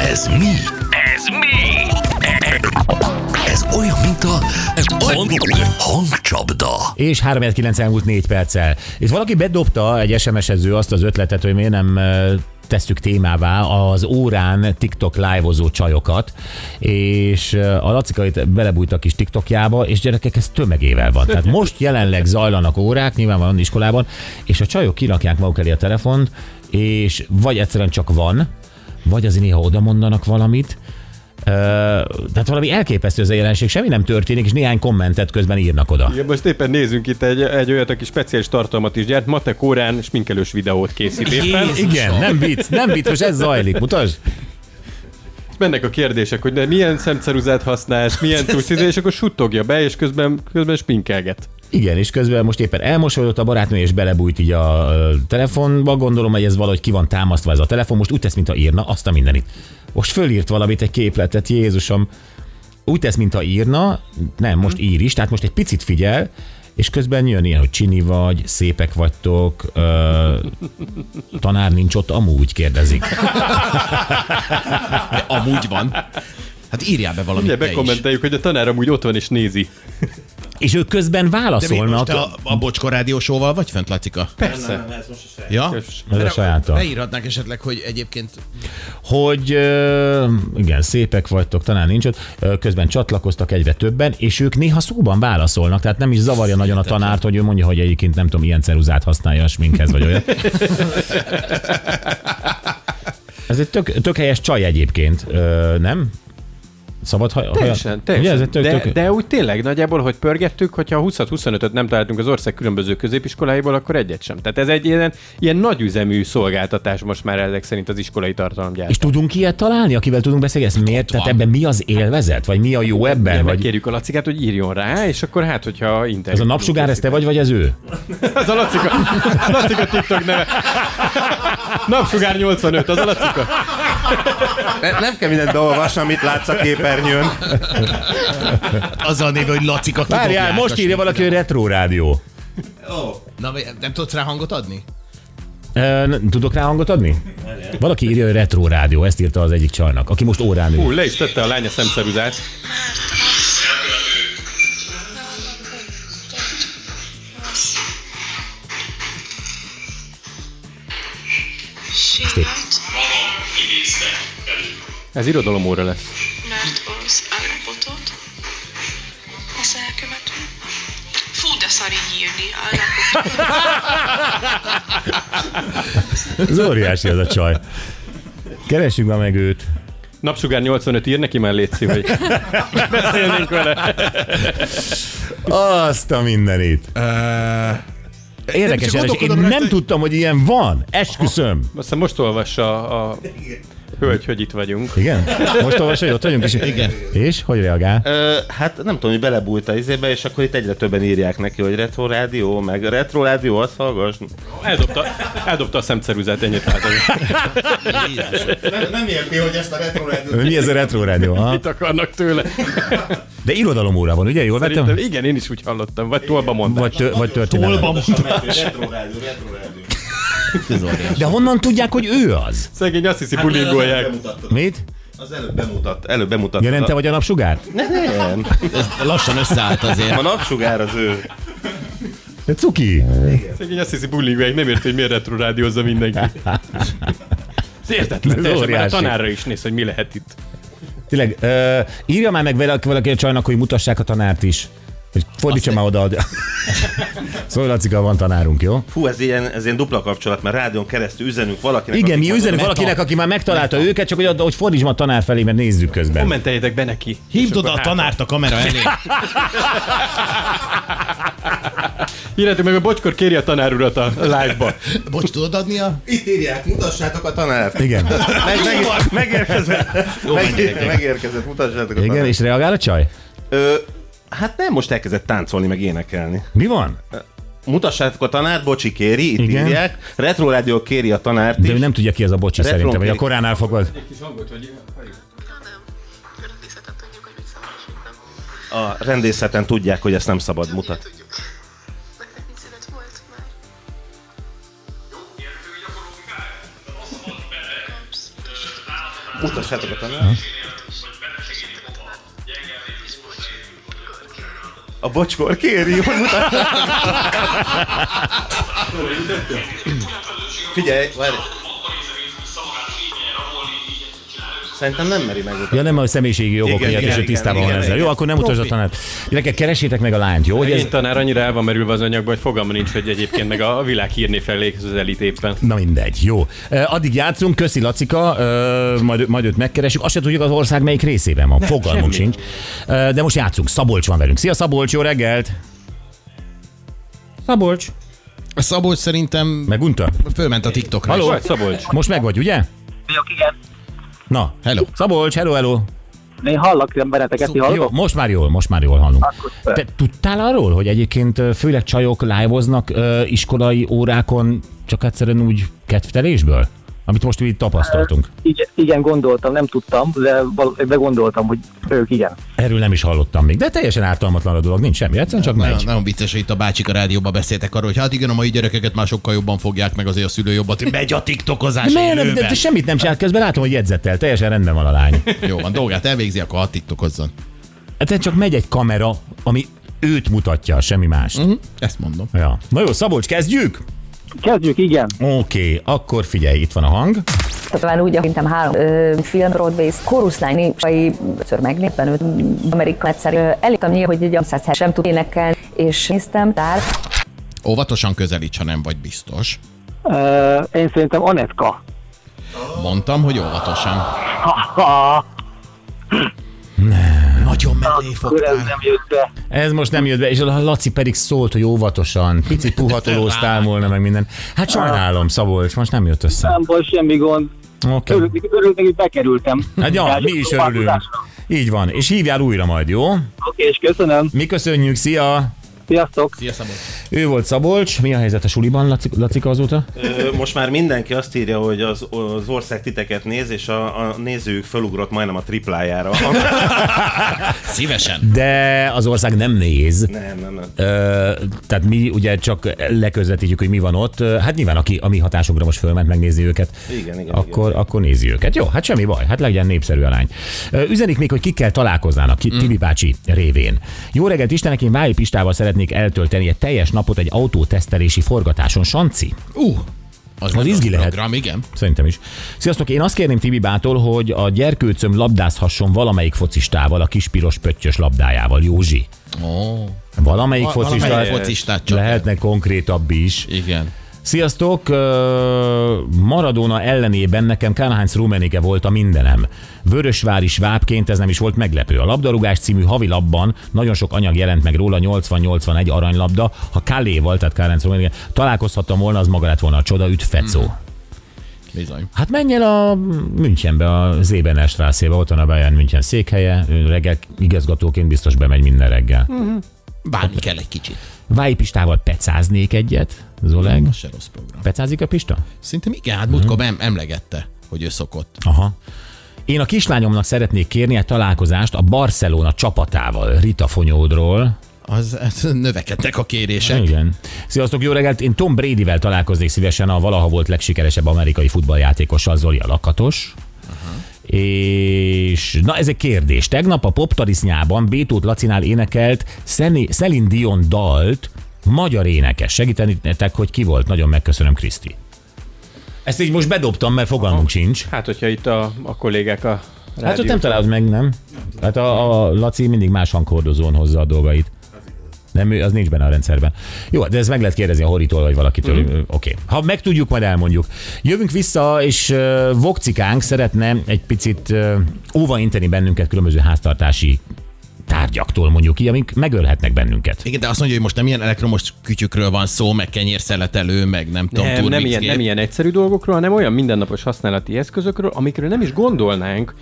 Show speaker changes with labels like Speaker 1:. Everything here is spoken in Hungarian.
Speaker 1: Ez mi?
Speaker 2: Ez mi?
Speaker 1: Ez olyan, mint a hangcsapda.
Speaker 3: És 3 9 elmúlt 4 perccel. Itt valaki bedobta egy SMS-ező azt az ötletet, hogy miért nem ö, tesszük témává az órán TikTok live-ozó csajokat, és ö, a Lacika itt belebújt a kis TikTokjába, és gyerekek, ez tömegével van. Tehát most jelenleg zajlanak órák, nyilván van iskolában, és a csajok kirakják maguk elé a telefont, és vagy egyszerűen csak van, vagy azért néha oda mondanak valamit, Ö, tehát valami elképesztő ez a jelenség, semmi nem történik, és néhány kommentet közben írnak oda.
Speaker 4: Igen, most éppen nézzünk itt egy, egy olyat, aki speciális tartalmat is gyárt, matek órán sminkelős videót készít éppen.
Speaker 1: Jézus.
Speaker 3: Igen, nem vicc, nem vicc, most ez zajlik, mutasd.
Speaker 4: És mennek a kérdések, hogy de milyen szemceruzát használsz, milyen túlszízé, és akkor suttogja be, és közben, közben sminkelget.
Speaker 3: Igen, és közben most éppen elmosolyodott a barátnő, és belebújt így a ö, telefonba. Gondolom, hogy ez valahogy ki van támasztva ez a telefon. Most úgy tesz, mintha írna azt a mindenit. Most fölírt valamit, egy képletet, Jézusom. Úgy tesz, mintha írna, nem, most ír is, tehát most egy picit figyel, és közben jön ilyen, hogy csini vagy, szépek vagytok, ö, tanár nincs ott, amúgy kérdezik.
Speaker 1: De amúgy van. Hát írjál be valamit
Speaker 4: Ugye
Speaker 1: te is.
Speaker 4: bekommenteljük, hogy a tanár amúgy ott van és nézi.
Speaker 3: És ők közben
Speaker 1: De mi, most
Speaker 3: válaszolnak.
Speaker 1: te a, a Bocska rádiósóval vagy fönt, Lacika?
Speaker 4: Persze.
Speaker 1: Ja?
Speaker 3: Ez a sajátom.
Speaker 1: Beírhatnánk esetleg, hogy egyébként
Speaker 3: hogy ö, igen, szépek vagytok, talán nincs ott, Ö, közben csatlakoztak egyre többen, és ők néha szóban válaszolnak, tehát nem is zavarja nagyon a tanárt, hogy ő mondja, hogy egyébként nem tudom, ilyen ceruzát használja a sminkhez, vagy olyan. Ez egy tök, tök helyes csaj egyébként, Ö, nem? Szabad haj,
Speaker 4: Teljesen,
Speaker 3: haja-
Speaker 4: teljesen.
Speaker 3: Ugye, ez egy tök,
Speaker 4: de,
Speaker 3: tök...
Speaker 4: de úgy tényleg nagyjából, hogy pörgettük, hogyha 20-25-öt nem találtunk az ország különböző középiskoláiból, akkor egyet sem. Tehát ez egy ilyen, ilyen nagyüzemű szolgáltatás most már ezek szerint az iskolai tartalomgyártás.
Speaker 3: És tudunk ilyet találni, akivel tudunk beszélni? Ez miért? Tehát
Speaker 1: van.
Speaker 3: ebben mi az élvezet? Vagy mi a jó ebben?
Speaker 4: Vagy...
Speaker 3: vagy...
Speaker 4: Megkérjük a Lacikát, hogy írjon rá, és akkor hát, hogyha
Speaker 3: Ez
Speaker 4: interjú.
Speaker 3: a napsugár, ez te vagy, vagy ez ő?
Speaker 4: Az a Lacika. Lacika TikTok neve. Napsugár 85, az a Lacika.
Speaker 5: Ne, nem kell mindent beolvasni, amit látsz a képernyőn.
Speaker 1: azzal néve, hogy Lacika kidobják
Speaker 3: Várjál,
Speaker 1: a
Speaker 3: most írja
Speaker 1: sminket.
Speaker 3: valaki, hogy retro rádió.
Speaker 1: Na, nem tudsz rá hangot adni?
Speaker 3: Ö, n- Tudok rá hangot adni? Valaki írja, hogy retro rádió, ezt írta az egyik csajnak, aki most órán
Speaker 4: Hú,
Speaker 3: ül.
Speaker 4: le is tette a lánya szemszerűzát.
Speaker 6: Sírhat,
Speaker 7: Magam idézte elő.
Speaker 4: Ez irodalom óra lesz.
Speaker 6: mert az állapotot az elkövető. Fú, de szar így írni állapot.
Speaker 3: Ez óriási ez a csaj. Keressük már meg őt.
Speaker 4: Napsugár 85 ír neki már létszik, hogy beszélnénk vele.
Speaker 3: Azt a mindenit. Érdekes, érdekes.
Speaker 1: csak
Speaker 3: én
Speaker 1: gondolkodom rajta,
Speaker 3: nem
Speaker 1: hogy-
Speaker 3: tudtam, hogy ilyen van. Esküszöm.
Speaker 4: Aztán most olvassa a hölgy, hogy itt vagyunk.
Speaker 3: Igen? Most olvasod, hogy ott vagyunk, és,
Speaker 1: Igen.
Speaker 3: és hogy reagál?
Speaker 5: Ö, hát nem tudom, hogy belebújt a izébe, és akkor itt egyre többen írják neki, hogy retro rádió, meg retro rádió, azt hallgass.
Speaker 4: Eldobta, eldobta a szemszerűzát, ennyit látom.
Speaker 5: Nem, nem érti, hogy ezt a retro rádió...
Speaker 3: Mi ez a retro rádió? Aha.
Speaker 4: Mit akarnak tőle?
Speaker 3: Hát De irodalom óra van, ugye? Jól
Speaker 4: Szerintem,
Speaker 3: vettem?
Speaker 4: igen, én is úgy hallottam. Vagy tolba mondták.
Speaker 3: Vagy, tő, vagy történelem.
Speaker 5: Retro rádió, retro rádió.
Speaker 3: De honnan tudják, hogy ő az?
Speaker 4: Szegény azt hiszi, bulingolják.
Speaker 5: Bemutattad.
Speaker 3: Mit?
Speaker 5: Az előbb bemutat, előbb bemutattad.
Speaker 3: Ja, nem te vagy a napsugár?
Speaker 5: Ne, nem.
Speaker 1: Lassan összeállt azért.
Speaker 5: A napsugár az ő.
Speaker 3: Te cuki.
Speaker 4: Szegény azt hiszi, bulingolják. Nem érti, hogy miért retro rádiózza mindenki. Ez értetlen.
Speaker 3: Ez
Speaker 4: Teljesen már a
Speaker 3: óriási.
Speaker 4: tanárra is néz, hogy mi lehet itt.
Speaker 3: Tényleg, ö, írja már meg valaki, valaki a csajnak, hogy mutassák a tanárt is. Hogy fordítsa már oda. Szóval Lacika, van tanárunk, jó?
Speaker 5: Hú, ez ilyen, ez ilyen dupla kapcsolat, mert rádión keresztül üzenünk valakinek.
Speaker 3: Igen,
Speaker 5: aki-
Speaker 3: mi üzenünk valakinek, aki már megtalálta őket, csak hogy, ad- hogy fordítsam a tanár felé, mert nézzük közben.
Speaker 4: Kommenteljétek be neki.
Speaker 1: Hívd oda a tanárt a kamera elé.
Speaker 4: Írjátok meg, a bocskor kéri a tanár urat a live-ba.
Speaker 1: Bocs, tudod adni a...
Speaker 5: Itt írják, mutassátok a tanárt.
Speaker 3: Igen.
Speaker 5: Meg, meg, megérkezett. Meg, megérkezett, mutassátok a
Speaker 3: Igen,
Speaker 5: tanárt.
Speaker 3: és reagál a csaj?
Speaker 5: Ö, hát nem, most elkezdett táncolni, meg énekelni.
Speaker 3: Mi van?
Speaker 5: Hát Mutassátok a tanárt, bocsi kéri, itt
Speaker 3: Igen.
Speaker 5: Igen. írják. Retro Rádió kéri a tanárt
Speaker 3: De ő
Speaker 5: is. Hát
Speaker 3: nem tudja ki ez a bocsi
Speaker 5: Retro
Speaker 3: szerintem, vagy a
Speaker 5: kéri.
Speaker 3: koránál fogod.
Speaker 6: Nem, rendészeten tudjuk, hogy mit szabad, és mit nem.
Speaker 5: A rendészeten tudják, hogy ezt nem szabad
Speaker 6: Mire
Speaker 5: mutatni.
Speaker 6: tudjuk. Nektek incident volt már.
Speaker 7: Jó, ilyen
Speaker 5: Utassátok a tanács. A bocskor kéri, hogy mutassák. Figyelj, várj. Szerintem nem meri meg
Speaker 3: Ja, nem a személyiségi jogok
Speaker 5: Igen,
Speaker 3: miatt,
Speaker 5: igen,
Speaker 3: és ő
Speaker 5: igen,
Speaker 3: tisztában
Speaker 5: igen,
Speaker 3: van ezzel.
Speaker 5: igen.
Speaker 3: Jó, akkor nem utazza a tanárt. Gyerekek, keresétek meg a lányt, jó? Hogy
Speaker 4: Én
Speaker 3: ez...
Speaker 4: tanár annyira el van merülve az anyagba, hogy fogalma nincs, hogy egyébként meg a világ hírni felé az elit éppen.
Speaker 3: Na mindegy, jó. Ö, Addig játszunk, köszi Lacika, ö, majd, majd őt megkeresünk. Azt se tudjuk az ország melyik részében van, fogalmunk sincs. Ö, De most játszunk, Szabolcs van velünk. Szia Szabolcs, jó reggelt! Szabolcs.
Speaker 1: A Szabolcs szerintem
Speaker 3: Megunta?
Speaker 1: fölment a TikTokra.
Speaker 3: Halló?
Speaker 1: is.
Speaker 4: Vagy Szabolcs?
Speaker 3: Most meg vagy, ugye?
Speaker 2: Vagyok, igen.
Speaker 3: Na.
Speaker 1: Hello.
Speaker 3: Szabolcs, hello, hello.
Speaker 2: Én hallak én benneteket, ti
Speaker 3: Jó,
Speaker 2: hallgatok?
Speaker 3: most már jól, most már jól hallunk.
Speaker 2: Akkor szuper.
Speaker 3: Te tudtál arról, hogy egyébként ö, főleg csajok live-oznak ö, iskolai órákon csak egyszerűen úgy kedvtelésből? Amit most itt tapasztaltunk.
Speaker 2: Igen, igen, gondoltam, nem tudtam, de val- de gondoltam, hogy ők igen.
Speaker 3: Erről nem is hallottam még, de teljesen ártalmatlan a dolog, nincs semmi, egyszerűen csak
Speaker 1: Nagyon,
Speaker 3: megy.
Speaker 1: nagyon vicces, hogy itt a bácsik a rádióban beszéltek arról, hogy hát igen, a mai gyerekeket már sokkal jobban fogják meg azért a szülő jobbat, hogy megy a tiktokozás
Speaker 3: De miért nem, de,
Speaker 1: élőben.
Speaker 3: de semmit nem csinált közben, látom, hogy jegyzettel, teljesen rendben van a lány.
Speaker 1: Jó van, dolgát elvégzi, akkor hadd tiktokozzon.
Speaker 3: Egyszerűen csak megy egy kamera, ami őt mutatja, semmi más.
Speaker 1: Hm? Ezt mondom.
Speaker 3: Ja. Na jó, Szabolcs, kezdjük?
Speaker 2: Kezdjük, igen.
Speaker 3: Oké, akkor figyelj, itt van a hang.
Speaker 8: Talán úgy, ahogy szerintem három ö, film, Broadway, koruszlány népsai, ötször megnéztem őt, Amerika egyszer ö, elég annyi, hogy egy amszáz sem tud énekelni, és néztem, tár,
Speaker 1: Óvatosan közelíts, ha nem vagy biztos.
Speaker 2: Uh, én szerintem Anetka.
Speaker 1: Mondtam, hogy óvatosan.
Speaker 2: Ah,
Speaker 1: Nagyon mellé
Speaker 2: akkor ez
Speaker 1: fogtál.
Speaker 2: nem jött be.
Speaker 3: Ez most nem jött be, és a Laci pedig szólt, hogy óvatosan, picit puhatolóztál volna, meg minden. Hát sajnálom, Szabolcs, most nem jött össze.
Speaker 2: Nem volt semmi gond.
Speaker 3: Oké.
Speaker 2: Örülök, neki- örülök neki, hogy bekerültem.
Speaker 3: Hát ja, mi is örülünk.
Speaker 2: Változásra.
Speaker 3: Így van, és hívjál újra majd, jó?
Speaker 2: Oké, és köszönöm.
Speaker 3: Mi köszönjük, szia!
Speaker 2: Sziasztok.
Speaker 1: Szia, Szabolcs.
Speaker 3: Ő volt Szabolcs, mi a helyzet a suliban, Laci, Lacika azóta?
Speaker 5: Ö, Most már mindenki azt írja, hogy az, az ország titeket néz, és a, a nézők felugrott majdnem a triplájára.
Speaker 1: Szívesen.
Speaker 3: De az ország nem néz.
Speaker 5: nem, nem, nem.
Speaker 3: Ö, tehát mi ugye csak leközvetítjük, hogy mi van ott. Ö, Hát nyilván, aki a mi hatásunkra most fölment megnézi őket,
Speaker 5: Igen, igen,
Speaker 3: akkor, igen. akkor nézi őket. Jó, hát semmi baj, hát legyen népszerű a lány. Ö, Üzenik még, hogy kikkel találkoznának ki, Tibi bácsi révén. Jó reggelt Istenek, én Váji Pistával szeretnék eltölteni egy teljes napot egy autótesztelési forgatáson. Sanci?
Speaker 1: Uh, az,
Speaker 3: Az izgi lehet.
Speaker 1: Program, igen.
Speaker 3: Szerintem is. Sziasztok, én azt kérném Tibi bától, hogy a gyerkőcöm labdázhasson valamelyik focistával, a kis piros pöttyös labdájával, Józsi.
Speaker 1: Ó,
Speaker 3: Valamelyik
Speaker 1: Val- valamelyik
Speaker 3: focista,
Speaker 1: focistát csak.
Speaker 3: lehetne konkrétabb is.
Speaker 1: igen.
Speaker 3: Sziasztok! ö, Maradona ellenében nekem Kánhánc Rumenike volt a mindenem. Vörösvári svábként ez nem is volt meglepő. A labdarúgás című havilapban nagyon sok anyag jelent meg róla, 80-81 aranylabda. Ha Kaléval, tehát Kánhánc Rumenike, találkozhattam volna, az maga lett volna a csoda, üt fecó.
Speaker 1: Bizony.
Speaker 3: Hát menj el a Münchenbe, a Zébener Strászébe, ott van a Bayern München székhelye, ő reggel igazgatóként biztos bemegy minden reggel.
Speaker 1: Bánni kell egy kicsit.
Speaker 3: Váji Pistával pecáznék egyet, Zoleg.
Speaker 1: Az se rossz program.
Speaker 3: Pecázik a Pista?
Speaker 1: Szerintem igen, hát múltkor
Speaker 3: Mhm.
Speaker 1: em- emlegette, hogy ő szokott.
Speaker 3: Aha. Én a kislányomnak szeretnék kérni egy találkozást a Barcelona csapatával, Rita Fonyódról.
Speaker 1: Az, ez növekedtek a kérések.
Speaker 3: Igen. Sziasztok, jó reggelt! Én Tom Bradyvel találkoznék szívesen a valaha volt legsikeresebb amerikai futballjátékossal, Zoli a lakatos. És na ez egy kérdés. Tegnap a Poptarisznyában Bétót Lacinál énekelt Szeni- Celine Dion dalt magyar énekes. Segíteni nektek, hogy ki volt? Nagyon megköszönöm, Kriszti. Ezt így most bedobtam, mert fogalmunk sincs.
Speaker 4: Hát, hogyha itt a, a kollégák a
Speaker 3: Hát
Speaker 4: rádió...
Speaker 3: ott nem találod meg, nem? Hát a, a Laci mindig más hangkordozón hozza a dolgait. Nem, ő- az nincs benne a rendszerben. Jó, de ez meg lehet kérdezni a Horitól, vagy valakitől. Mm. Oké. Okay. Ha megtudjuk, majd elmondjuk. Jövünk vissza, és uh, Vokcikánk szeretne egy picit uh, óva inteni bennünket különböző háztartási tárgyaktól, mondjuk így, amik megölhetnek bennünket.
Speaker 1: Igen, de azt mondja, hogy most nem ilyen elektromos kütyükről van szó, meg kenyérszeletelő, meg nem tudom,
Speaker 4: Nem, nem
Speaker 1: turmixgép.
Speaker 4: ilyen, nem ilyen egyszerű dolgokról, hanem olyan mindennapos használati eszközökről, amikről nem is gondolnánk,